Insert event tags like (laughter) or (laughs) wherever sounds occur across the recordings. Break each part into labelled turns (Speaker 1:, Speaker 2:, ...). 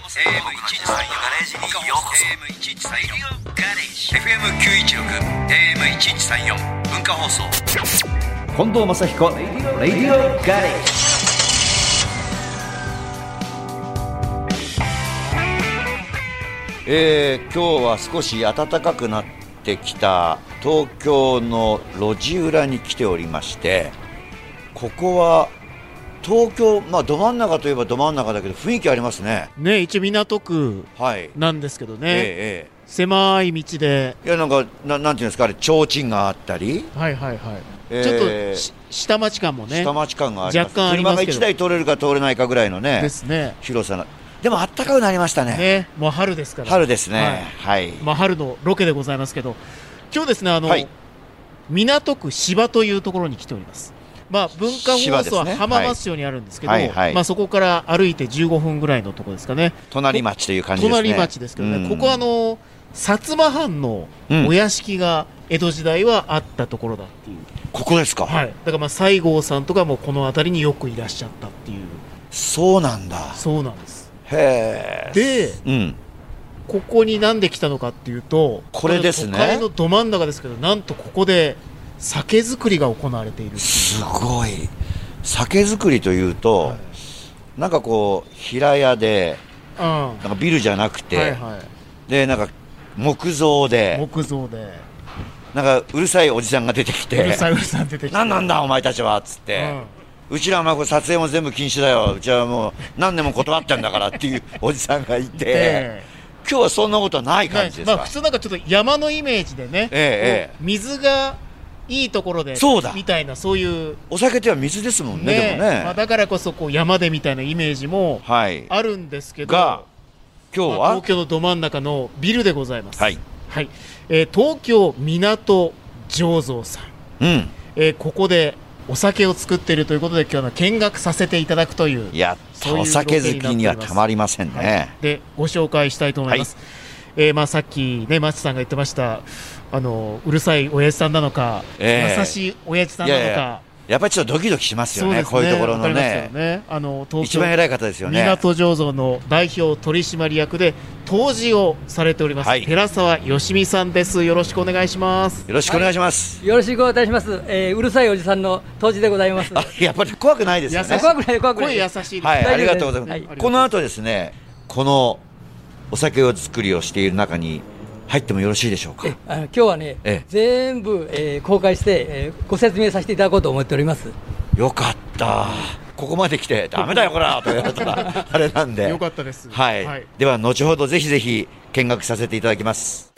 Speaker 1: AM1134 ガレージにようこそ AM1134 ガレージ FM916 AM1134 文化放送
Speaker 2: 近藤正彦レディオガレージえー今日は少し暖かくなってきた東京の路地裏に来ておりましてここは東京、まあ、ど真ん中といえばど真ん中だけど雰囲気ありますね
Speaker 3: ね一応港区
Speaker 2: はい
Speaker 3: なんですけどね、
Speaker 2: ええ
Speaker 3: 狭い道で
Speaker 2: ええいやなんかななんていうんですかあれ提灯があったり、
Speaker 3: はいはいはい、
Speaker 2: ええ
Speaker 3: ちょっとし下町感もね
Speaker 2: 下町感があります
Speaker 3: 若干ありますけど
Speaker 2: 車が1台通れるか通れないかぐらいのね
Speaker 3: ですね
Speaker 2: 広さなでもあったかくなりましたね
Speaker 3: ねもう春ですから
Speaker 2: 春ですねはい、
Speaker 3: まあ、春のロケでございますけど今日ですねあの、
Speaker 2: はい
Speaker 3: 港区芝というところに来ておりますまあ、文化
Speaker 2: 芝
Speaker 3: 放
Speaker 2: で
Speaker 3: 送
Speaker 2: す
Speaker 3: は
Speaker 2: ね
Speaker 3: 浜松町にあるんですけど、
Speaker 2: はいはい
Speaker 3: まあ、そこから歩いて15分ぐらいのところですかね、
Speaker 2: 隣町という感じですね
Speaker 3: 隣町ですけどね、
Speaker 2: うん
Speaker 3: ここはあの薩摩藩の
Speaker 2: うん
Speaker 3: お屋敷が江戸時代はあったところだっていう、
Speaker 2: ここですか、
Speaker 3: はい、だからまあ西郷さんとかもこの辺りによくいらっしゃったっていう
Speaker 2: そうなんだ
Speaker 3: そうなんです
Speaker 2: へえ
Speaker 3: で
Speaker 2: うん
Speaker 3: ここになんで来たのかっていうと
Speaker 2: これですね
Speaker 3: 都会のど真ん中ですけどなんとここで酒造りが行われているっていう
Speaker 2: すごい酒造りというと、
Speaker 3: はい
Speaker 2: なんかこう平屋で
Speaker 3: うんは
Speaker 2: なんかビルじゃなくて、
Speaker 3: いはい
Speaker 2: でなんか木造で
Speaker 3: 木造で
Speaker 2: なんかうるさいおじさんが出てき
Speaker 3: うる
Speaker 2: て
Speaker 3: さいうるさい出てきて
Speaker 2: 何なんだお前たちはっつって、うちらはまあこれ撮影も全部禁止だようちはもう何年も断ってんだからっていうおじさんがいて、
Speaker 3: え
Speaker 2: 今日はそんなことはない感じです
Speaker 3: ま
Speaker 2: か、
Speaker 3: あ普通なんかちょっと山のイメージでね、
Speaker 2: ええ
Speaker 3: こう水がいいところで
Speaker 2: そうだ
Speaker 3: みたいなそういう
Speaker 2: お酒っては水ですもんねでもね、
Speaker 3: まあ、だからこそこう山でみたいなイメージも
Speaker 2: はい
Speaker 3: あるんですけど
Speaker 2: が今日
Speaker 3: まあ
Speaker 2: は、
Speaker 3: 東京のど真ん中のビルでございます、
Speaker 2: はい、
Speaker 3: はいえー東京港醸造さん、
Speaker 2: うん
Speaker 3: えーここでお酒を作っているということで今日は見学させていただくという
Speaker 2: やっ
Speaker 3: そう
Speaker 2: た
Speaker 3: いう
Speaker 2: お酒好きにはたまりませんね、
Speaker 3: でご紹介したいと思います、えーまあ、さっき、ね、マッチさんが言ってましたあのうるさい親父さんなのか、
Speaker 2: ええ
Speaker 3: 優しい親父さんなのか
Speaker 2: いやいややっぱりちょっとドキドキしますよ
Speaker 3: そう
Speaker 2: ね
Speaker 3: です
Speaker 2: こういうところの
Speaker 3: わかります
Speaker 2: ね
Speaker 3: よねあの東
Speaker 2: 一
Speaker 3: 京
Speaker 2: 番偉い方ですよね
Speaker 3: 港醸造の代表取締役で杜氏をされております、
Speaker 2: はい
Speaker 3: 寺沢よしみさんですよろしくお願いします
Speaker 2: よろしくお願いします、
Speaker 4: よろしくお願いします。えーうるさいおじさんの当時でございます。あ
Speaker 2: あやっぱり怖くないですよ
Speaker 3: いや
Speaker 2: ね
Speaker 3: そこ
Speaker 4: 怖くない怖くな
Speaker 3: 声
Speaker 4: い。
Speaker 3: 優しいです、
Speaker 2: はい、
Speaker 4: 大丈夫です
Speaker 2: ありがとうございます、
Speaker 4: は
Speaker 2: この後ですねこのお酒を作りをしている中に入ってもよろしいでしょうか
Speaker 4: あの今日はね、
Speaker 2: ええ
Speaker 4: 全部、えー公開して、えーご説明させていただこうと思っております。
Speaker 2: よかったここまで来てダメだよこらと言われた
Speaker 3: (laughs)
Speaker 2: らあれなんで
Speaker 3: よかったです
Speaker 2: はい、
Speaker 3: はい
Speaker 2: では後ほどぜひぜひ見学させていただきます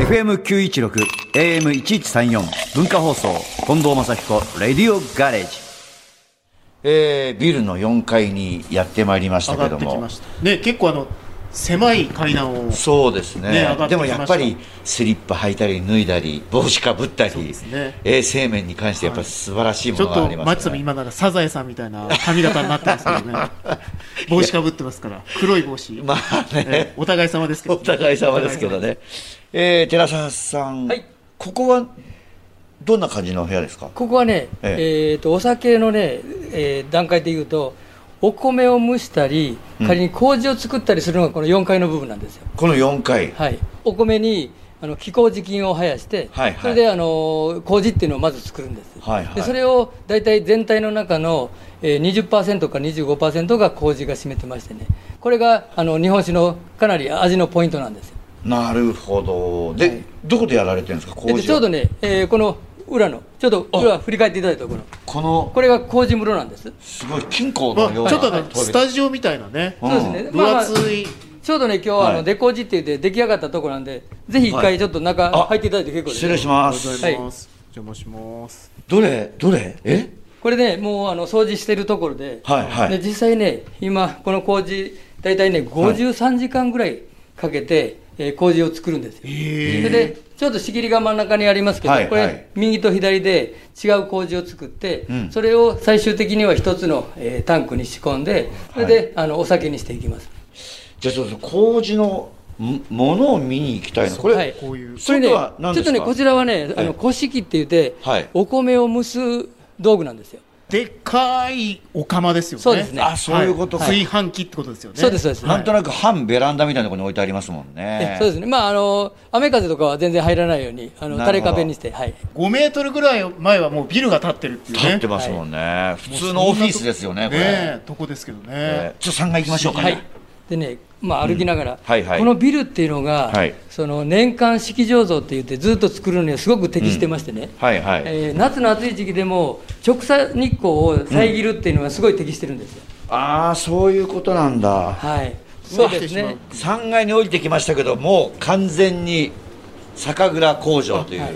Speaker 2: FM916 AM1134 文化放送近藤正彦レディオガレージえー、ビルの4階にやってまいりました
Speaker 3: 上
Speaker 2: け
Speaker 3: が
Speaker 2: ど
Speaker 3: ってき
Speaker 2: も
Speaker 3: ましたね結構あの狭い階段を
Speaker 2: そうですね
Speaker 3: ね上がってきました
Speaker 2: でもやっぱりスリッパ履いたり脱いだり帽子かぶったり、
Speaker 3: そうですね
Speaker 2: 衛生面に関してやっぱ素晴らしいも
Speaker 3: ち
Speaker 2: の
Speaker 3: ょっ
Speaker 2: があ
Speaker 3: と
Speaker 2: り
Speaker 3: マッ
Speaker 2: ます
Speaker 3: チさん
Speaker 2: ね、
Speaker 3: も今なんかサザエさんみたいな髪型になってますか
Speaker 2: (laughs)
Speaker 3: らね帽子かぶってますから黒い帽子、
Speaker 2: (laughs) まあね、
Speaker 3: えお互い様ですけど
Speaker 2: お互い様ですけどね。えー、寺澤さん、
Speaker 4: はい
Speaker 2: ここはどんな感じのお部屋ですか
Speaker 4: ここはね、
Speaker 2: え
Speaker 4: えーとお酒のね、えー段階で言うと、お米を蒸したり、仮に麹を作ったりするのがこの4階の部分なんですよ。
Speaker 2: この4階。
Speaker 4: はい、お米にあの気麹菌を生やして、
Speaker 2: はいはい
Speaker 4: それであの麹っていうのをまず作るんです、
Speaker 2: はいはい
Speaker 4: でそれを大体全体の中の、えー、20%か25%が麹が占めてましてねこれがあの日本酒のかなり味のポイントなんですよ
Speaker 2: なるほど。で、
Speaker 4: はい
Speaker 2: どこでやられてるんですか工
Speaker 4: で
Speaker 2: 事
Speaker 4: ちょうどね、えーこの裏のちょっと裏振り返っていただいたところ
Speaker 2: この、
Speaker 4: これが麹室なんです、
Speaker 2: すごい金庫
Speaker 3: ま
Speaker 2: のような。
Speaker 3: あ、ちょっとあ
Speaker 2: はい
Speaker 3: のスタジオみたいなね
Speaker 2: うん
Speaker 4: そうですね
Speaker 3: 分厚い、
Speaker 4: ちょうどね今日はあ
Speaker 2: はい
Speaker 4: の出麹って言って出来上がったところなんで、ぜひ一
Speaker 2: はい
Speaker 4: 回ちょっと中
Speaker 2: あ
Speaker 4: 入っていただいて結構です
Speaker 2: 失礼しま
Speaker 3: おはよう
Speaker 2: す。
Speaker 3: ございます、お邪魔します
Speaker 2: どれどれえ
Speaker 4: これね、もうあの掃除してるところで、
Speaker 2: はいはい
Speaker 4: で実際ね、今、この工事、大体ね、53時間ぐらいかけて、えー工事を作るんですよ。それで、ちょっと仕切りが真ん中にありますけど、
Speaker 2: はい
Speaker 4: こ
Speaker 2: はい
Speaker 4: れ、右と左で違う工事を作って、
Speaker 2: うん
Speaker 4: それを最終的には一つの、えータンクに仕込んで、それで、あのお酒にしていきます。
Speaker 2: じゃあちょっと工事のんものを見に行きたいの。これ、
Speaker 4: はい
Speaker 3: こういう
Speaker 2: それ
Speaker 4: ね、
Speaker 2: で
Speaker 4: ち
Speaker 2: は
Speaker 4: ょ
Speaker 2: 何
Speaker 4: っ
Speaker 2: です
Speaker 4: と
Speaker 2: か
Speaker 4: ね、こちらはね、あ
Speaker 2: ええ
Speaker 4: の古式って言って、
Speaker 2: はい
Speaker 4: お米を蒸す道具なんですよ。
Speaker 3: でかいお釜ですよね。
Speaker 4: そうですね
Speaker 2: あそういうことか、
Speaker 3: 炊飯器ってことですよね。
Speaker 4: そうですそうです
Speaker 3: はい
Speaker 2: なんとなく半ベランダみたいなところに置いてありますもんね
Speaker 4: えそうですね、まああの、雨風とかは全然入らないように、あの
Speaker 2: なるほど
Speaker 4: 垂れ壁にして、はい、
Speaker 3: 5メートルぐらい前はもうビルが建ってるっていうね。
Speaker 2: 立ってますもんね、普通のオフィスですよねこれ
Speaker 3: ねえとこですけどね。
Speaker 2: えーちょっと3階行きましょうかね、
Speaker 4: はい、でね、まあ、歩きながら、
Speaker 2: はいはい
Speaker 4: このビルっていうのが、
Speaker 2: はい
Speaker 4: その年間式醸造って言って、ずっと作るのにはすごく適してましてね、
Speaker 2: はいはい
Speaker 4: えー夏の暑い時期でも、直射日光を遮るっていうのがすごい適してるんですよ。
Speaker 2: ああそういうことなんだ
Speaker 4: はいそうです
Speaker 3: うわ
Speaker 4: ね
Speaker 2: 3階に降りてきましたけどもう完全に酒蔵工場という、
Speaker 4: はい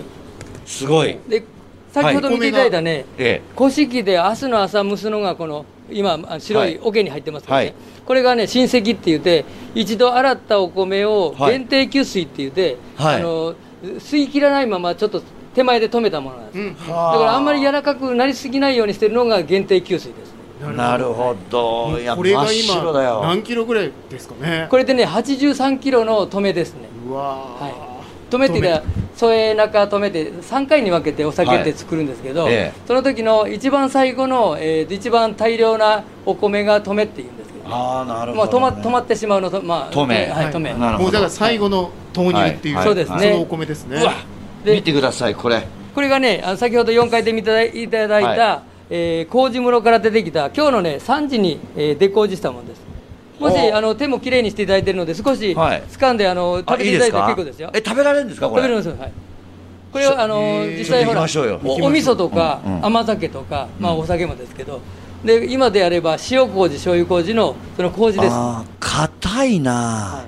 Speaker 2: すごい
Speaker 4: で先ほど見ていただいたね、
Speaker 2: え
Speaker 4: 古式で明日の朝蒸すのがこの今あ白
Speaker 2: はい
Speaker 4: い桶に入ってますからね、
Speaker 2: はい
Speaker 4: これがね親戚って言って一度洗ったお米を
Speaker 2: はい
Speaker 4: 限定給水って言って、
Speaker 2: はい
Speaker 4: あの吸い切らないままちょっと手前で止めたものなんです、
Speaker 3: うん
Speaker 2: え
Speaker 4: だからあんまり柔らかくなりすぎないようにしてるのが限定給水です
Speaker 2: なるほど、いや
Speaker 3: これ
Speaker 2: 真
Speaker 3: が
Speaker 2: っ白だ
Speaker 3: 今
Speaker 2: よ
Speaker 3: 何キロぐらいですかね。
Speaker 4: これでね83キロの止めですね
Speaker 3: うわー
Speaker 4: はい、止めてが添え中止めて3回に分けてお酒って作るんですけど、
Speaker 2: はいええ
Speaker 4: その時の一番最後の、えーと一番大量なお米が止めって言うんですけど、
Speaker 2: ああなるほ
Speaker 4: まあ、止
Speaker 2: ど、
Speaker 4: ま止まってしまうのと、まあ、
Speaker 2: 止め
Speaker 4: はい、
Speaker 3: はい
Speaker 4: 止め、
Speaker 2: なるほど
Speaker 3: もうだから最後の投入っていう、
Speaker 2: はい
Speaker 4: そうですね
Speaker 3: のお米ですね。
Speaker 2: うわ
Speaker 4: で
Speaker 2: 見てくださいこれ
Speaker 4: これがねあの先ほど4回で見ていただいた、
Speaker 2: は
Speaker 4: えー麹室から出てきた今日のね3時に、えー、出麹したものですもし
Speaker 2: おう
Speaker 4: あの手もきれいにしていただいてるので少し
Speaker 2: はい
Speaker 4: 掴んで、あの
Speaker 2: あ
Speaker 4: 食べ
Speaker 2: いい
Speaker 4: てい
Speaker 2: で
Speaker 4: ただ
Speaker 2: すか
Speaker 4: いて結構ですよ
Speaker 2: え食べられるんですかこれ
Speaker 4: 食べれますよはいこれはあの
Speaker 2: ー
Speaker 4: 実際ほら
Speaker 2: ちょっと行きましょうよ
Speaker 4: おお味噌とか
Speaker 2: うんうん
Speaker 4: 甘酒とかまあお酒もですけどで今であれば塩麹醤油麹のその麹ですは
Speaker 2: ああ硬いな、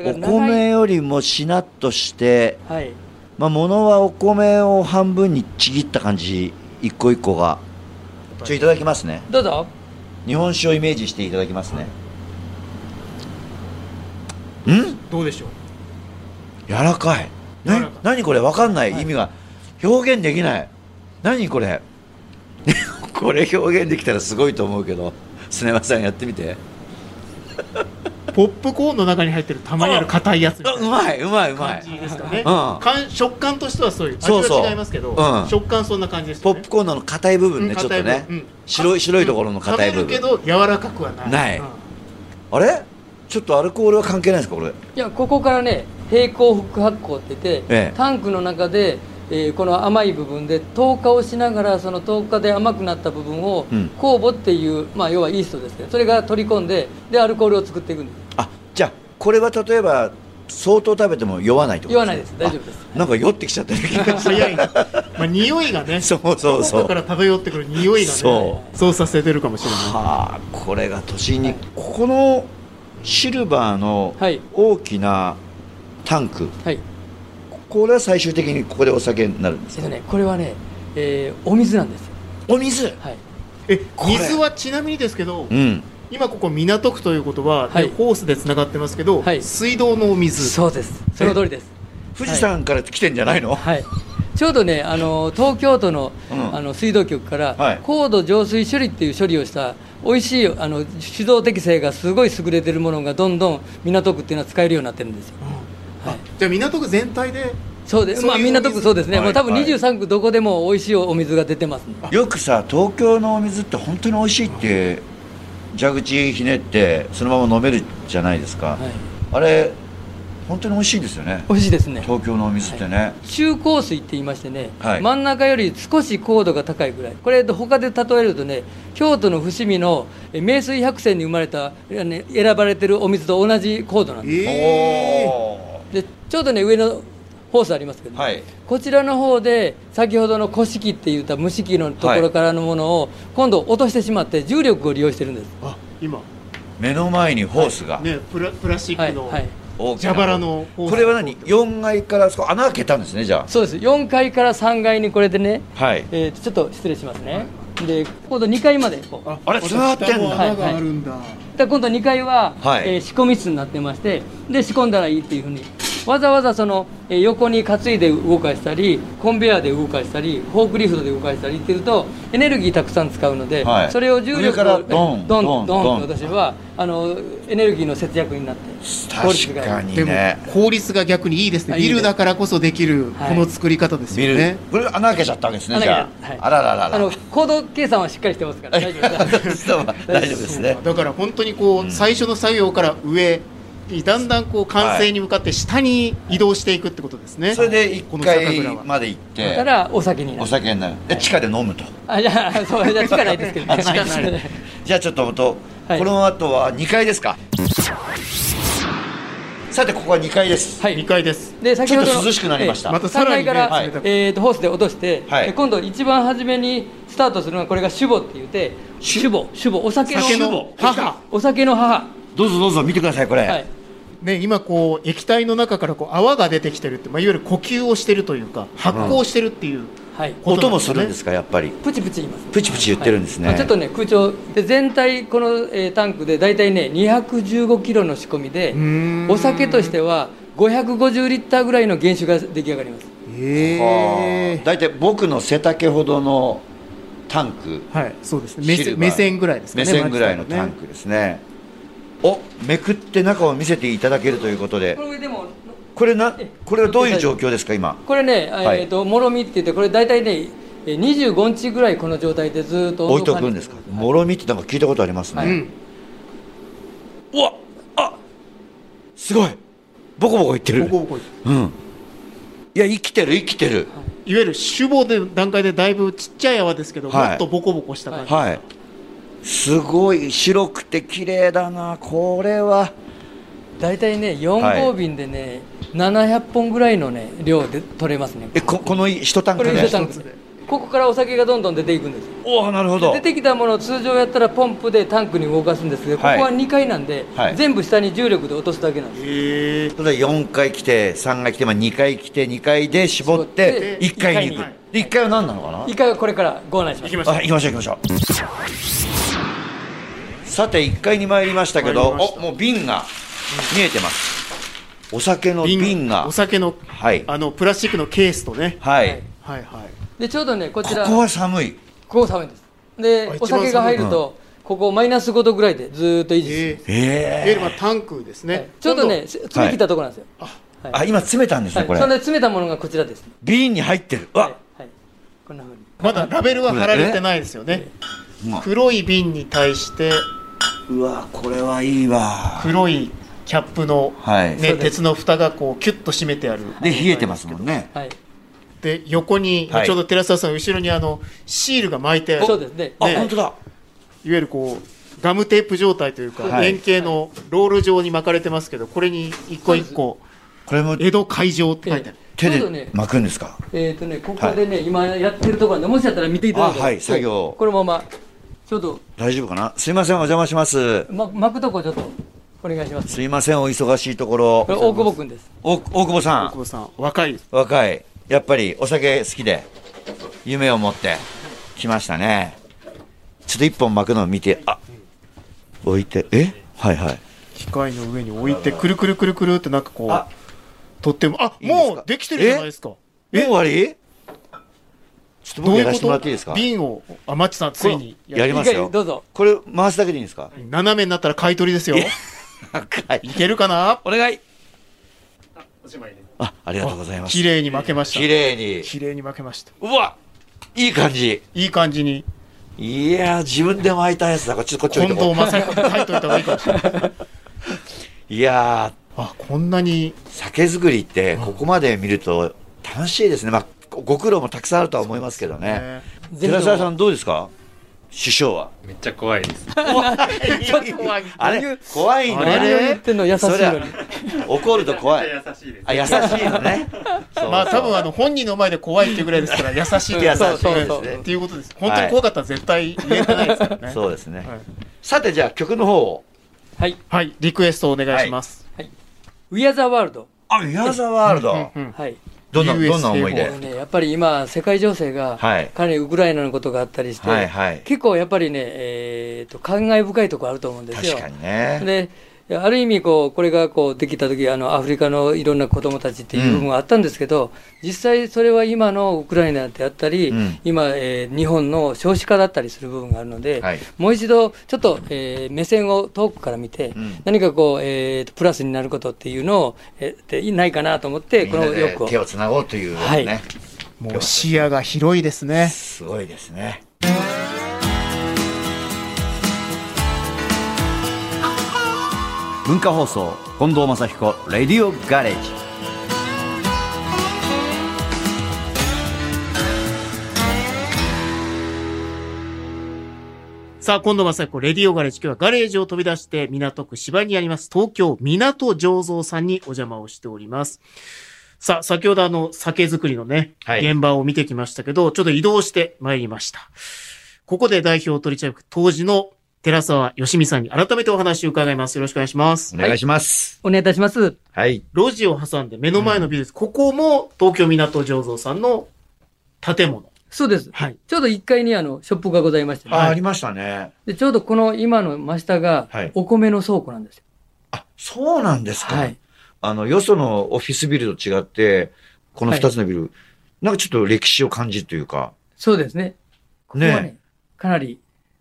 Speaker 4: いだ
Speaker 2: お
Speaker 4: から長
Speaker 2: 米
Speaker 4: い
Speaker 2: よりもしなっとして
Speaker 4: はい
Speaker 2: まあ物はお米を半分にちぎった感じ一個一個がちょいただきますね
Speaker 4: どうぞ
Speaker 2: 日本酒をイメージしていただきますねん
Speaker 3: どうでしょう。
Speaker 2: 柔らかい
Speaker 3: 柔ら
Speaker 2: な
Speaker 3: かい
Speaker 2: 何これわかんない、意味が表現できない何これ (laughs) これ表現できたらすごいと思うけどすねまさんやってみて
Speaker 3: ポップコーンの中に入ってるたまにある硬いやつみた
Speaker 2: あ
Speaker 3: いうな
Speaker 2: まいうまいうま
Speaker 3: 感
Speaker 2: い
Speaker 3: じですかね。
Speaker 2: うん
Speaker 3: 感食感としてはそういう味
Speaker 2: そうそう
Speaker 3: は違いますけど、
Speaker 2: うん
Speaker 3: 食感そんな感じです
Speaker 2: ポ
Speaker 3: よ
Speaker 2: ッ
Speaker 3: ね。
Speaker 2: プコーンのあの硬い部分ね、
Speaker 3: うん
Speaker 2: ちょっと
Speaker 3: 硬い
Speaker 2: ね
Speaker 3: 部分うん
Speaker 2: 白い白いところの硬い部
Speaker 3: 食べ
Speaker 2: 分
Speaker 3: るけど柔らかくはない。
Speaker 2: ない
Speaker 3: うん
Speaker 2: あれちょっとアルコールは関係ないですかこれ
Speaker 4: いやここからね平行副発酵って言って、
Speaker 2: ええ
Speaker 4: タンクの中で、えーこの甘い部分で糖化をしながらその糖化で甘くなった部分を
Speaker 2: うん
Speaker 4: 酵母っていう、まあ、要はイーストですけどそれが取り込んででアルコールを作っていくんです
Speaker 2: あじゃあこれは例えば相当食べても酔わないってこと
Speaker 4: 酔わないです大丈夫です
Speaker 2: あなんか酔ってきちゃったような気がする
Speaker 3: 早い。まあ匂いがね。
Speaker 2: そうそうそう
Speaker 3: どこかから漂ってくる匂いがね。
Speaker 2: そ
Speaker 3: そうさせてるかもしれない。
Speaker 2: (laughs) はあこれが都心に、ここのシルバーの
Speaker 4: はい
Speaker 2: 大きなタンク、
Speaker 4: はい
Speaker 2: これは最終的にここでお酒になるんです
Speaker 4: えっ
Speaker 2: か、
Speaker 4: とね、これはね、えーお水なんですよ、
Speaker 2: お水
Speaker 4: はい、
Speaker 3: え
Speaker 2: これ
Speaker 3: 水はちなみにですけど
Speaker 2: う、ん
Speaker 3: 今ここ港区ということは、ね
Speaker 4: はい
Speaker 3: ホースでつながってますけど、
Speaker 4: はい
Speaker 3: 水道のお水
Speaker 4: そうですその通りです
Speaker 2: 富士山から来てんじゃないの、
Speaker 4: はいちょうどねあの東京都の,、
Speaker 2: うん
Speaker 4: あの水道局から、
Speaker 2: はい
Speaker 4: 高度浄水処理っていう処理をした美味しいあの手動適性がすごい優れてるものがどんどん港区っていうのは使えるようになってるんですよ
Speaker 3: あじゃあ港区全体で
Speaker 4: そうです
Speaker 3: そういう
Speaker 4: まあ港区そうですね、
Speaker 2: はい
Speaker 4: もう多分
Speaker 2: はい
Speaker 4: 23区どこでも美味しいお水が出てますね、
Speaker 2: よくさ東京のお水って本当に美味しいって蛇口ひねってそのまま飲めるじゃないですか、
Speaker 4: はい、
Speaker 2: あれ本当に美味しいですよね
Speaker 4: 美味しいですね
Speaker 2: 東京のお水ってね、
Speaker 4: 中硬水って言いましてね、
Speaker 2: はい
Speaker 4: 真ん中より少し高度が高いぐらいこれ他で例えるとね京都の伏見のえ名水百選に生まれた、えね選ばれてるお水と同じ高度なんです、
Speaker 3: えー
Speaker 2: お
Speaker 4: でちょうどね上のホースありますけど、
Speaker 2: ーはい
Speaker 4: こちらの方で先ほどの古式って言った蒸し器のところからのものを今度落としてしまって重力を利用してるんです、
Speaker 3: あ今
Speaker 2: 目の前にホースが、
Speaker 3: ねプラプラスチッ
Speaker 4: は
Speaker 3: ク
Speaker 4: い
Speaker 3: の
Speaker 4: はい、
Speaker 2: 大きな
Speaker 3: 蛇腹のホース
Speaker 2: これは何4階からあそこ穴開けたんですねじゃ
Speaker 4: そうです4階から3階にこれでね、
Speaker 2: あはい
Speaker 4: えーちょっと失礼しますね、で今度2階までこう
Speaker 3: あ
Speaker 2: あれ繋がってんだ
Speaker 3: 下も穴があるんだ、
Speaker 4: で今度2階は、
Speaker 2: はい
Speaker 4: えー仕込み室になってましてで仕込んだらいいっていうふうにわざわざそのえー横に担いで動かしたりコンベヤーで動かしたりフォークリフトで動かしたりっていうとエネルギーたくさん使うので、
Speaker 2: はい
Speaker 4: それを重力
Speaker 2: 上から
Speaker 4: を
Speaker 2: ドン
Speaker 4: ドン
Speaker 2: ドン
Speaker 4: ドン
Speaker 2: ドン
Speaker 4: 私はあのエネルギーの節約になって効率
Speaker 2: 確
Speaker 4: がいい
Speaker 2: かに
Speaker 3: でも
Speaker 2: ね
Speaker 3: 効率が逆にいいですね
Speaker 4: あいい
Speaker 3: ビ
Speaker 4: です
Speaker 3: ルだからこそできる
Speaker 4: はい
Speaker 3: この作り方です
Speaker 2: ビ
Speaker 3: よ
Speaker 2: ル、
Speaker 3: ね、
Speaker 2: これ穴開けちゃったわけですねじゃあ、
Speaker 4: はい
Speaker 2: あらららら (laughs)
Speaker 4: あの行動計算はしっかりしてますから大丈夫です
Speaker 2: 大丈夫ですね
Speaker 3: だから本当にこう、最初の作業から上にだんだんこう完成に向かって下に移動していくってことですね、
Speaker 2: それで一
Speaker 3: この酒
Speaker 2: 階
Speaker 3: 蔵は
Speaker 2: まで行っ
Speaker 4: だか
Speaker 2: て
Speaker 4: らお酒にな
Speaker 2: お
Speaker 4: る
Speaker 2: 酒になるで地下で飲むと
Speaker 4: あいやそういや力ないですけ
Speaker 2: (laughs)
Speaker 4: ど、
Speaker 2: あ地下ないじゃあちょっと音、
Speaker 4: はい
Speaker 2: この後は2階ですかさてここは2階です、
Speaker 4: はい
Speaker 3: 2階です
Speaker 4: で先ほど
Speaker 2: ちょっと涼しくなりました
Speaker 3: またさらに、ね
Speaker 4: 3階から、
Speaker 2: はい
Speaker 3: 冷たく
Speaker 4: えー、とホースで落として、
Speaker 2: はい
Speaker 4: で今度一番初めにスタートするのはこれが酒母って言って酒母酒母お酒の
Speaker 3: 酒の
Speaker 2: の
Speaker 3: 母
Speaker 4: お酒の母
Speaker 2: どうぞどうぞ見てくださいこれ、
Speaker 4: はい
Speaker 3: ね、今こう液体の中からこう泡が出てきてるって、まあ、いわゆる呼吸をしてるというか発酵してるっていう、
Speaker 4: はい
Speaker 2: 音もするんですかやっぱり
Speaker 4: プチプチ言います
Speaker 2: プチプチ言ってるんですね、
Speaker 4: はいまあちょっとね空調で全体この、えータンクで大体ね215キロの仕込みで
Speaker 3: ーん
Speaker 4: お酒としては550リッターぐらいの原酒が出来上がります
Speaker 3: へえ
Speaker 2: 大体僕の背丈ほどのタンク
Speaker 3: はいそうですね目
Speaker 2: シル
Speaker 3: 線
Speaker 2: バー
Speaker 3: 目線ぐらいですかね
Speaker 2: 目線ぐらいのタン
Speaker 3: マ
Speaker 2: クですねおめくって中を見せていただけるということで
Speaker 4: これでも
Speaker 2: これなこれはどういう状況ですか今
Speaker 4: これね、
Speaker 2: はい
Speaker 4: えー、ともろみって言ってこれ大体ねえー25日ぐらいこの状態でずっと
Speaker 2: 置い
Speaker 4: 温度
Speaker 2: と
Speaker 4: 管理
Speaker 2: くんですかもろみってなんか聞いたことあります
Speaker 4: は
Speaker 3: ジ
Speaker 4: い
Speaker 2: ね、
Speaker 3: ね
Speaker 2: うわあすごいボコボコいって
Speaker 3: う
Speaker 2: る
Speaker 3: んここここ
Speaker 2: うんいや生きてる生きてる
Speaker 3: いわゆる手棒で段階でだいぶちっちゃい泡ですけど、
Speaker 2: はい
Speaker 3: もっとボコボコした感じ、
Speaker 2: はいすごい白くて綺麗だなこれは
Speaker 4: 大体ね4合瓶でね、700本ぐらいのね量で取れますね
Speaker 2: えここの一タン
Speaker 4: こ
Speaker 2: ク
Speaker 4: れ
Speaker 2: で
Speaker 4: 一タン
Speaker 3: 一
Speaker 4: ク
Speaker 3: つで
Speaker 4: でここからお酒がどんどん出ていくんです
Speaker 2: おおなるほど
Speaker 4: 出てきたものを通常やったらポンプでタンクに動かすんですけどここ
Speaker 2: はい
Speaker 4: は2階なんで、
Speaker 2: はい
Speaker 4: 全部下に重力で落とすだけなんです
Speaker 3: へえ
Speaker 2: それで4回来て3回来て、まあ、2回来て2回で絞って
Speaker 4: 絞って
Speaker 2: 1回に行
Speaker 4: 一回
Speaker 2: く
Speaker 4: に
Speaker 2: で1回は何なのかな
Speaker 4: 1階はこれからご案内しま
Speaker 3: 行
Speaker 4: す
Speaker 3: きましょう
Speaker 2: あ行きましょう行きましょうさて1階に参りましたけど
Speaker 3: 参りました
Speaker 2: おもう瓶が見えてますお酒の瓶が
Speaker 3: お酒の,、
Speaker 2: はい
Speaker 3: あのプラスチックのケースとね
Speaker 2: はい、
Speaker 4: はい
Speaker 3: はいはい
Speaker 4: でちょうどねこ
Speaker 2: こ
Speaker 4: ちら
Speaker 2: こは寒い
Speaker 4: ここ寒いです
Speaker 3: あ
Speaker 4: でお
Speaker 3: 一番寒い
Speaker 4: 酒が入ると、ここマイナス5度ぐらいでずーっと維持する
Speaker 3: ええいわゆ
Speaker 2: え
Speaker 3: るまあタンクですね、
Speaker 4: はいちょうどね、
Speaker 3: 今度
Speaker 4: 詰め切ったところなんですよ。
Speaker 2: え
Speaker 4: は
Speaker 2: あ
Speaker 4: い
Speaker 2: 今詰めたんです
Speaker 4: は
Speaker 2: ね
Speaker 4: い
Speaker 2: これ
Speaker 4: そんで詰めたものがこちらです。
Speaker 2: 瓶に入ってるうわ
Speaker 4: はいはいこんなふうに。
Speaker 3: まだラベルは貼られてないですよね
Speaker 2: うん
Speaker 3: 黒い瓶に対して
Speaker 2: うわこれはいいわ
Speaker 3: 黒いキャップの、
Speaker 2: はい
Speaker 3: ね、
Speaker 4: そうです
Speaker 3: 鉄の蓋がこうキュッと締めてある
Speaker 2: で冷えてますもんね
Speaker 4: はい。
Speaker 3: で横に、
Speaker 2: はい
Speaker 3: ちょうど寺澤さん後ろにあのシールが巻いてある
Speaker 4: そうですね。
Speaker 2: あ
Speaker 3: ね
Speaker 2: 本当だ
Speaker 3: いわゆるこうガムテープ状態というか、
Speaker 2: はい
Speaker 3: 円形のロール状に巻かれてますけどこれに一個一個
Speaker 2: これも
Speaker 3: 「江戸会場」って書いてある
Speaker 2: 手
Speaker 4: ちょうどね
Speaker 2: で巻くんですか
Speaker 4: えっとね、ここでね、今やってるところなんで、もしやったら見ていただいて。
Speaker 2: あはい作業
Speaker 4: このまま、ちょっと、
Speaker 2: 大丈夫かなすいませんお邪魔します
Speaker 4: ま、巻くとこちょっと、お願いします。
Speaker 2: すいませんお忙しいところ
Speaker 4: これ、大久保くんです。
Speaker 2: お大久保さん
Speaker 3: 大久保さん若い
Speaker 2: 若いやっぱりお酒好きで夢を持って来ましたねちょっと一本巻くのを見てあ置いてえはいはい
Speaker 3: 機械の上に置いてくるくるくるくるってなんかこ
Speaker 2: あ
Speaker 3: う取ってもあ
Speaker 2: いいですか
Speaker 3: もうできてるじゃないですか
Speaker 2: もう終わりちょっと
Speaker 3: どう
Speaker 2: 僕
Speaker 3: い
Speaker 2: や
Speaker 3: う
Speaker 2: ら
Speaker 3: こ
Speaker 2: せて
Speaker 3: と
Speaker 2: もらっていいですか
Speaker 3: 瓶をあマッチさんついに
Speaker 2: これやります
Speaker 4: いいか
Speaker 2: よ
Speaker 4: いどうぞ
Speaker 2: これ回すだけでいいんですか
Speaker 3: 斜めになったら買い取りですよ
Speaker 2: (laughs) 赤い
Speaker 3: いけるかな
Speaker 2: お願いあありがとうございます
Speaker 3: 綺麗に負けました
Speaker 2: 綺麗に
Speaker 3: 綺麗に負けました
Speaker 2: うわいい感じ
Speaker 3: いい感じに
Speaker 2: いやー自分で巻いたやつだからちょっとこっち置
Speaker 3: 近
Speaker 2: いと
Speaker 3: 藤
Speaker 2: こ
Speaker 3: 正彦に書いといた方がいいかもし
Speaker 2: (laughs)
Speaker 3: れない
Speaker 2: ういやー
Speaker 3: あこんなに
Speaker 2: 酒造りってここまで見ると楽しいですね、まあ、ご苦労もたくさんあるとは思いますけどね
Speaker 3: ね
Speaker 2: 寺澤さんどうですか師匠は
Speaker 5: めっちゃ怖いです。
Speaker 2: あれ怖いん
Speaker 3: あ
Speaker 2: だ
Speaker 4: 何を言
Speaker 2: ね
Speaker 4: ってんの、優しい
Speaker 2: そり
Speaker 4: のに
Speaker 2: ゃ。怒ると
Speaker 3: (laughs)
Speaker 2: 怖い
Speaker 5: めっちゃ優しいです。
Speaker 2: あ優しいのねそうそう
Speaker 3: まあ多分あの本人の前で怖いっていうぐらいですから優しい
Speaker 2: 優
Speaker 3: と
Speaker 2: しい
Speaker 3: いう
Speaker 2: で
Speaker 3: か
Speaker 4: そうそう
Speaker 2: す
Speaker 4: そう
Speaker 2: ね
Speaker 3: っていうことです本当に怖かったら絶対言えてないですからね
Speaker 2: そうですね
Speaker 3: はい
Speaker 2: さてじゃあ曲の方を
Speaker 4: はい。
Speaker 3: はいリクエストお願いします
Speaker 4: We are the world。
Speaker 2: あヤザワールド
Speaker 3: うんうん
Speaker 4: はい。
Speaker 2: どんな
Speaker 3: USA
Speaker 2: どんな思い
Speaker 3: え
Speaker 2: で
Speaker 4: もうね、やっぱり今、世界情勢が
Speaker 2: はい、
Speaker 4: かなりウクライナのことがあったりして、
Speaker 2: はいはい
Speaker 4: 結構やっぱりね、えーと感慨深いところあると思うんですよ。
Speaker 2: 確かにね
Speaker 4: で、ある意味こう、これがこうできた時あのアフリカのいろんな子どもたちっていう部分はあったんですけど、実際それは今のウクライナであったり、
Speaker 2: うん
Speaker 4: 今、えー日本の少子化だったりする部分があるので、
Speaker 2: はい
Speaker 4: もう一度ちょっと、えー目線を遠くから見て、
Speaker 2: ん
Speaker 4: 何かこう、えーとプラスになることっていうのを、えーでないかなと思って、
Speaker 2: み
Speaker 4: こ
Speaker 2: んな
Speaker 4: のよ
Speaker 2: で
Speaker 4: くを。
Speaker 2: 手をつなごうというね、
Speaker 4: はい
Speaker 3: もう視野が広いですね。
Speaker 2: すごいですね。文化放送近藤正彦レディオガレージ。
Speaker 3: さあ、今度まさこレディオガレージ、今日はガレージを飛び出して、港区芝にあります、東京港醸造さんにお邪魔をしております。さあ、先ほどあの、酒造りのね、
Speaker 2: はい
Speaker 3: 現場を見てきましたけど、ちょっと移動してまいりました。ここで代表取締役、当時の寺沢よしみさんに改めてお話を伺います。よろしくお願いします
Speaker 2: お。願いします。
Speaker 4: お願いいたします。
Speaker 2: はい。
Speaker 3: 路地を挟んで目の前のビルです。ここも東京港醸造さんの建物。
Speaker 4: そうです。
Speaker 3: はい。
Speaker 4: ちょうど1階にあのショップがございまして、
Speaker 2: あ、ありましたね。
Speaker 4: でちょうどこの今の真下が
Speaker 2: はい
Speaker 4: お米の倉庫なんですよ。
Speaker 2: あ、そうなんですか。
Speaker 4: はい。
Speaker 2: あの、よそのオフィスビルと違って、この
Speaker 4: はい
Speaker 2: 二つのビル、なんかちょっと歴史を感じるというか、
Speaker 4: そうですね。ここはね、
Speaker 2: ね
Speaker 4: かなり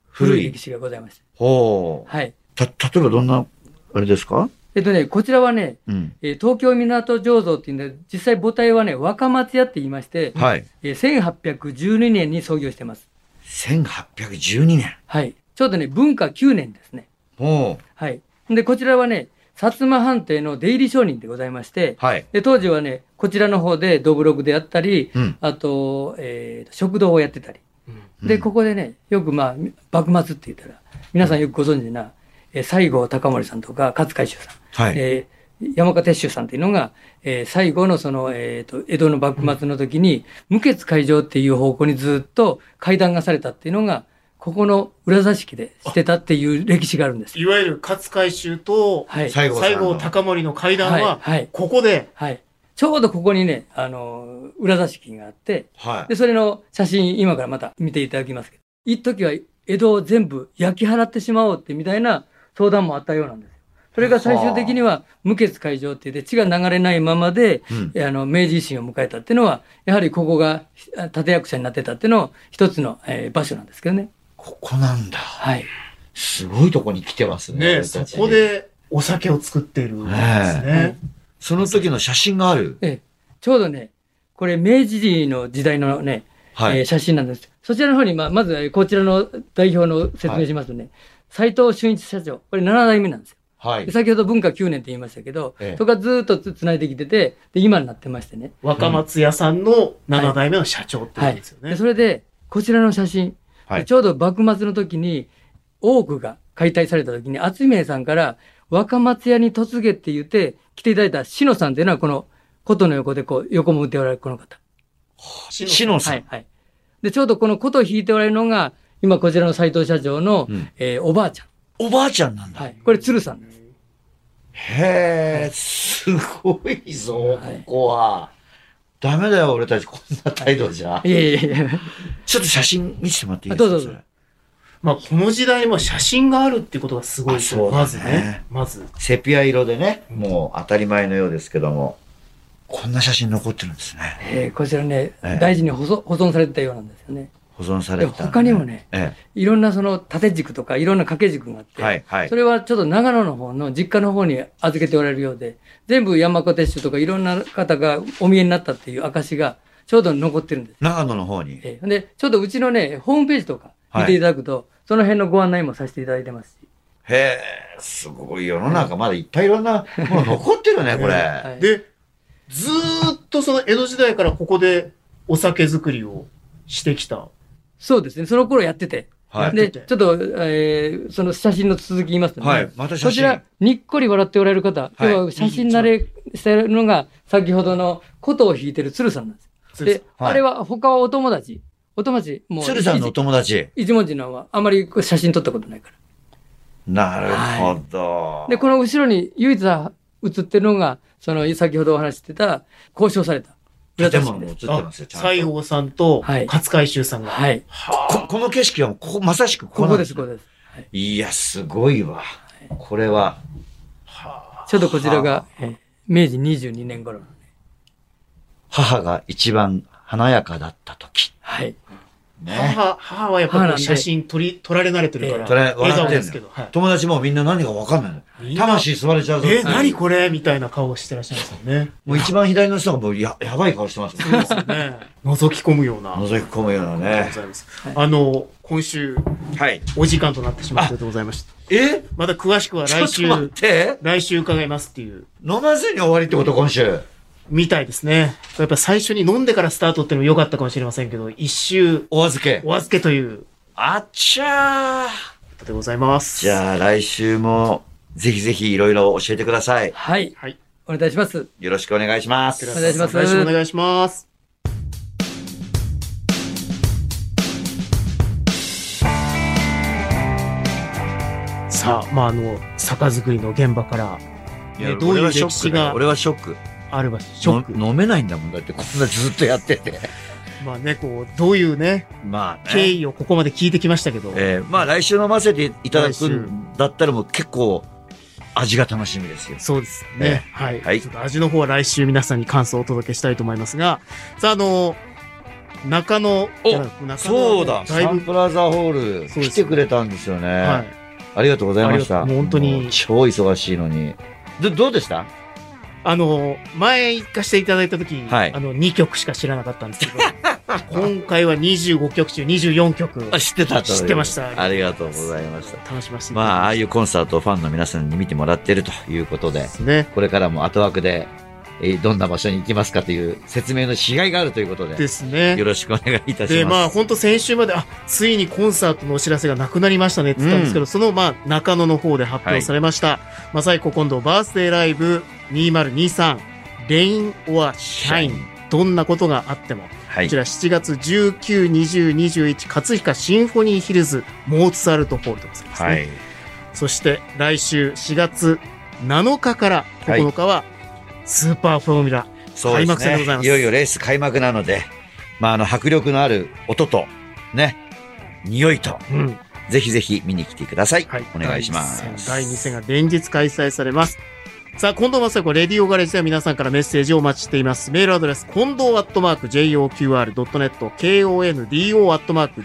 Speaker 2: 古
Speaker 4: 古
Speaker 2: い
Speaker 4: い歴史がございました。
Speaker 2: ほう。
Speaker 4: はい。
Speaker 2: た、例えばどんな、あれですか
Speaker 4: えっとね、こちらはね、
Speaker 2: うん。
Speaker 4: えー東京港醸造っていうんで、実際母体はね、若松屋って言いまして、
Speaker 2: はい。
Speaker 4: えー1812年に創業してます。
Speaker 2: 1812年。
Speaker 4: はい。ちょうどね、文化9年ですね。
Speaker 2: ほう。
Speaker 4: はい。で、こちらはね、薩摩藩邸の出入り商人でございまして、
Speaker 2: はい。
Speaker 4: で当時はね、こちらの方でドブログであったり、
Speaker 2: うん
Speaker 4: あと、えー食堂をやってたり。で、
Speaker 2: うん
Speaker 4: ここでね、よくまあ、み幕末って言ったら、皆さんよくご存知な、えー西郷隆盛さんとか、勝海舟さん、
Speaker 2: はい
Speaker 4: えー山岡鉄舟さんっていうのが、えー最後のその、えーと、江戸の幕末の時に、無血開城っていう方向にずっと会談がされたっていうのが、ここの裏座敷でしてたっていう歴史があるんです。
Speaker 3: いわゆる勝海舟と、
Speaker 4: はい。
Speaker 2: 西郷さんの
Speaker 3: 西郷隆盛の階段は
Speaker 4: はいはい、
Speaker 3: ここで、
Speaker 4: はい。ちょうどここにね、あの、裏座敷があって、
Speaker 2: は
Speaker 4: で、それの写真、今からまた見ていただきますけど、一時は江戸を全部焼き払ってしまおうってみたいな相談もあったようなんですよ。それが最終的には無血開城って言って血が流れないままで、
Speaker 2: うん
Speaker 4: えあの明治維新を迎えたっていうのは、やはりここがあ立役者になってたっていうのを一つの、えー場所なんですけどね。
Speaker 2: ここなんだ。
Speaker 4: はい。
Speaker 2: すごいとこに来てますね。
Speaker 3: ね、
Speaker 2: 俺
Speaker 3: そ
Speaker 2: たち
Speaker 3: こ。でお酒を作っているんですね。
Speaker 2: その時の写真がある。
Speaker 4: ええちょうどね、これ明治の時代のね、
Speaker 2: はい
Speaker 4: えー写真なんです。そちらの方に、まあ、まずえーこちらの代表の説明しますとね、斉藤俊一社長、これ7代目なんですよ。
Speaker 2: はい
Speaker 4: で。先ほど文化9年って言いましたけど、
Speaker 2: ええ
Speaker 4: そこはずっとつつないできてて、で今になってましてね。
Speaker 3: 若松屋さんの7代目の社長ってこ
Speaker 4: は
Speaker 3: と
Speaker 4: い。
Speaker 3: ですよね。
Speaker 4: でそれで、こちらの写真、
Speaker 2: はい
Speaker 4: でちょうど幕末の時に、多くが解体された時に、厚明さんから若松屋に嫁げって言って、来ていただいた篠さんっていうのは、この、琴の横でこう、横も打っておられるこの方。
Speaker 2: シノさ
Speaker 4: は
Speaker 2: ん。
Speaker 4: い、はい。で、ちょうどこの琴を弾いておられるのが、今こちらの斎藤社長の、
Speaker 2: うん
Speaker 4: えーおばあちゃん。
Speaker 2: おばあちゃんなんだ。
Speaker 4: はい。これ鶴さんです。
Speaker 2: へえ、すごいぞ、ここは。ダメだよ、俺たち、こんな態度じゃ。
Speaker 4: いえいえいえ。
Speaker 2: ちょっと写真見せてもらっていいですか
Speaker 4: あどうぞ
Speaker 2: それ
Speaker 4: どう
Speaker 3: まあ、この時代も写真があるってことがすごいですよ
Speaker 2: あ
Speaker 3: ま
Speaker 2: そ
Speaker 3: ず
Speaker 2: うだね
Speaker 3: ね。まず。
Speaker 2: セピア色でね、もう当たり前のようですけども、こんな写真残ってるんですね。
Speaker 4: (laughs) えーこちらね、
Speaker 2: ええ
Speaker 4: 大事に保存保存されてたようなんですよね。
Speaker 2: 保存されてた、
Speaker 4: で他にもね
Speaker 2: え
Speaker 4: いろんなその縦軸とかいろんな掛け軸があっ
Speaker 2: え、
Speaker 4: て、
Speaker 2: はい、はい
Speaker 4: そ。れはちょっと長野の方の実家の方に預けておられるようで、全部山小鉄手とかいろんな方がお見えになったっていう証がちょうど残ってるんです。
Speaker 2: 長野の方に。
Speaker 4: えーで、ちょっとうちのね、ホームページとか見ていただくと、その辺のご案内もさせていただいてますし。
Speaker 2: へえ、すごい世の中、まだいっぱいいろんなもの残って (laughs) るね、これ。
Speaker 4: はい
Speaker 3: で、ずーっとその江戸時代からここでお酒作りをしてきた。
Speaker 4: そうですね、その頃やってて。
Speaker 2: はい
Speaker 4: で、ちょっと、えーその写真の続き言いますとね。
Speaker 2: はいまた写真
Speaker 4: こちら、にっこり笑っておられる方、
Speaker 2: はい
Speaker 4: 要は写真慣れしてるのが、先ほどの琴を弾いてる鶴さんなんです。
Speaker 3: 鶴さ
Speaker 4: で
Speaker 3: ん、
Speaker 2: はい
Speaker 4: あれは、他はお友達。お友達、もう、
Speaker 2: 鶴さんのお友達。
Speaker 4: 一一文字のは、あまりこう写真撮ったことないから。
Speaker 2: なるほど。
Speaker 4: で、この後ろに唯一写ってるのが、その、先ほどお話ししてた、交渉された。
Speaker 2: 建物も映って
Speaker 3: あ
Speaker 2: ますよ、ちゃんと。
Speaker 3: 西郷さんと
Speaker 4: はい
Speaker 3: 勝海舟さんが。
Speaker 4: はい。
Speaker 2: ここの景色はここまさしくここ
Speaker 4: こ
Speaker 2: なん
Speaker 4: こです、ここです。はい
Speaker 2: いや、すごいわ。これは、
Speaker 4: ちょうどこちらが、えー明治22年頃のね、
Speaker 2: 母が一番華やかだった時。
Speaker 4: はい。
Speaker 2: ね。
Speaker 3: 母、母はやっぱ
Speaker 4: 母
Speaker 3: り
Speaker 4: なんで
Speaker 3: 写真撮り、撮られ慣れてるか
Speaker 4: え
Speaker 3: ら。
Speaker 4: え
Speaker 2: それ、
Speaker 3: 笑
Speaker 2: 笑
Speaker 3: 顔
Speaker 2: って
Speaker 3: で
Speaker 2: ん
Speaker 3: す
Speaker 2: の
Speaker 3: け
Speaker 2: よ
Speaker 3: ど。はい
Speaker 2: 友達もみんな何がわかんない
Speaker 3: みん
Speaker 2: の。
Speaker 3: な
Speaker 2: 魂吸われちゃうぞ。
Speaker 3: え、何これみたいな顔してらっしゃいますよね。
Speaker 2: もう一番左の人がもうや、やばい顔してますもん。
Speaker 3: そうですね。
Speaker 2: (laughs)
Speaker 3: 覗き込むような。
Speaker 2: 覗き込むような
Speaker 3: ありがとう
Speaker 2: ね
Speaker 3: ご。ざいます。あの、今週、
Speaker 2: はい。
Speaker 3: お時間となってしまってでございました。
Speaker 2: え
Speaker 3: また詳しくは
Speaker 2: ちょ
Speaker 3: 来
Speaker 2: っと待っ
Speaker 3: 週、
Speaker 2: て。
Speaker 3: 来週伺いますっていう、
Speaker 2: 飲まずに終わりってこと今週。
Speaker 3: みたいですね。やっぱ最初に飲んでからスタートっていうのも良かったかもしれませんけど、一周
Speaker 2: お預け。
Speaker 3: お預けという
Speaker 2: あっちゃー。
Speaker 3: ことでございます。
Speaker 2: じゃあ来週もぜひぜひいろいろ教えてください。
Speaker 4: はい。
Speaker 3: はい。
Speaker 4: お願いします。
Speaker 2: よろしくお願いします。
Speaker 4: お願いします
Speaker 3: 来週お願いします。さあ、まあ、あの、酒造りの現場から
Speaker 2: いや
Speaker 3: ねどういう
Speaker 2: 俺はショック
Speaker 3: 歴史が
Speaker 2: 俺はショック。
Speaker 3: ある場所、ショック。
Speaker 2: の飲めないんだもんだってこんなずっとやってて。
Speaker 3: まあね、こう、どういうね、
Speaker 2: まあ
Speaker 3: 経
Speaker 2: ね。
Speaker 3: 緯をここまで聞いてきましたけど、
Speaker 2: えー、まあ来週飲ませていただ
Speaker 3: 来
Speaker 2: く
Speaker 3: 週
Speaker 2: んだったらもう結構味が楽しみですよ。
Speaker 3: そうですね。はい、
Speaker 2: はい
Speaker 3: ちょっと味の方は来週皆さんに感想をお届けしたいと思いますが、さあ、あの、中野、
Speaker 2: お
Speaker 3: 中野ねだい
Speaker 2: サン
Speaker 3: ぶ、
Speaker 2: プラザホール
Speaker 3: そうです
Speaker 2: 来てくれたんですよね。
Speaker 3: はい。
Speaker 2: ありがとうございました。
Speaker 3: ありがとうもう本当に
Speaker 2: もう超忙しいのに。ど、どうでした
Speaker 3: あの、前行かせていただいたとき、
Speaker 2: はい
Speaker 3: あの、2曲しか知らなかったんですけど、
Speaker 2: (laughs)
Speaker 3: 今回は25曲中24曲、
Speaker 2: あ知ってたという
Speaker 3: 知ってました
Speaker 2: ありがとうございました。
Speaker 3: 楽しませていただきました。
Speaker 2: まあ、ああいうコンサートをファンの皆さんに見てもらってるということで
Speaker 3: で、すね。
Speaker 2: これからも後枠で、えーどんな場所に行きますかという説明のしがいがあるということで
Speaker 3: で、す
Speaker 2: よ
Speaker 3: ね。
Speaker 2: ろしくお願いいたし
Speaker 3: で、ま
Speaker 2: ま
Speaker 3: あ、
Speaker 2: す。
Speaker 3: 本当先週まで、あ、ついにコンサートのお知らせがなくなりましたねって言ったんですけど、その、まあ、中野の方で発表されました、まさいこ今度バースデーライブ2023、レイン・オア・シャイン。どんなことがあっても、
Speaker 2: は
Speaker 3: こ
Speaker 2: い
Speaker 3: ち。ら7月19、20、21、葛飾シンフォニーヒルズ、モーツァルトホールでございますね。
Speaker 2: はい。
Speaker 3: そして来週4月7日から9日は、スーパーフォーミュラ。
Speaker 2: そうで
Speaker 3: 開幕
Speaker 2: す
Speaker 3: 戦でござい
Speaker 2: ね。
Speaker 3: ます
Speaker 2: いよいよレース開幕なので、まあ、あの、迫力のある音と、ね、匂いと、
Speaker 3: うん。
Speaker 2: ぜひぜひ見に来てください。
Speaker 3: はい。
Speaker 2: お願いします。
Speaker 3: 第2戦が連日開催されます。さあ、近藤正彦、レディオガレージでは皆さんからメッセージをお待ちしています。メールアドレス、近藤アットマーク JOQR.net、KONDO アットマーク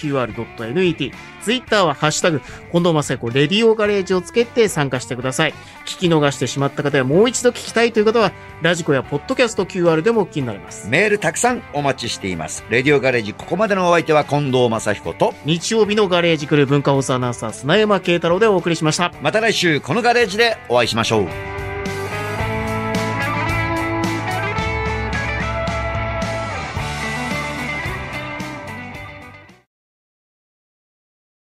Speaker 3: JOQR.net、ツイッターはハッシュタグ、近藤正彦、レディオガレージをつけて参加してください。聞き逃してしまった方やもう一度聞きたいという方は、ラジコやポッドキャスト QR でもお聞きになれます。
Speaker 2: メールたくさんお待ちしています。レディオガレージ、ここまでのお相手は近藤正彦と、
Speaker 3: 日曜日のガレージクルー文化放送アナウンサー砂山慶太郎でお送りしました。
Speaker 2: また来週このガレージでお会いしましょう。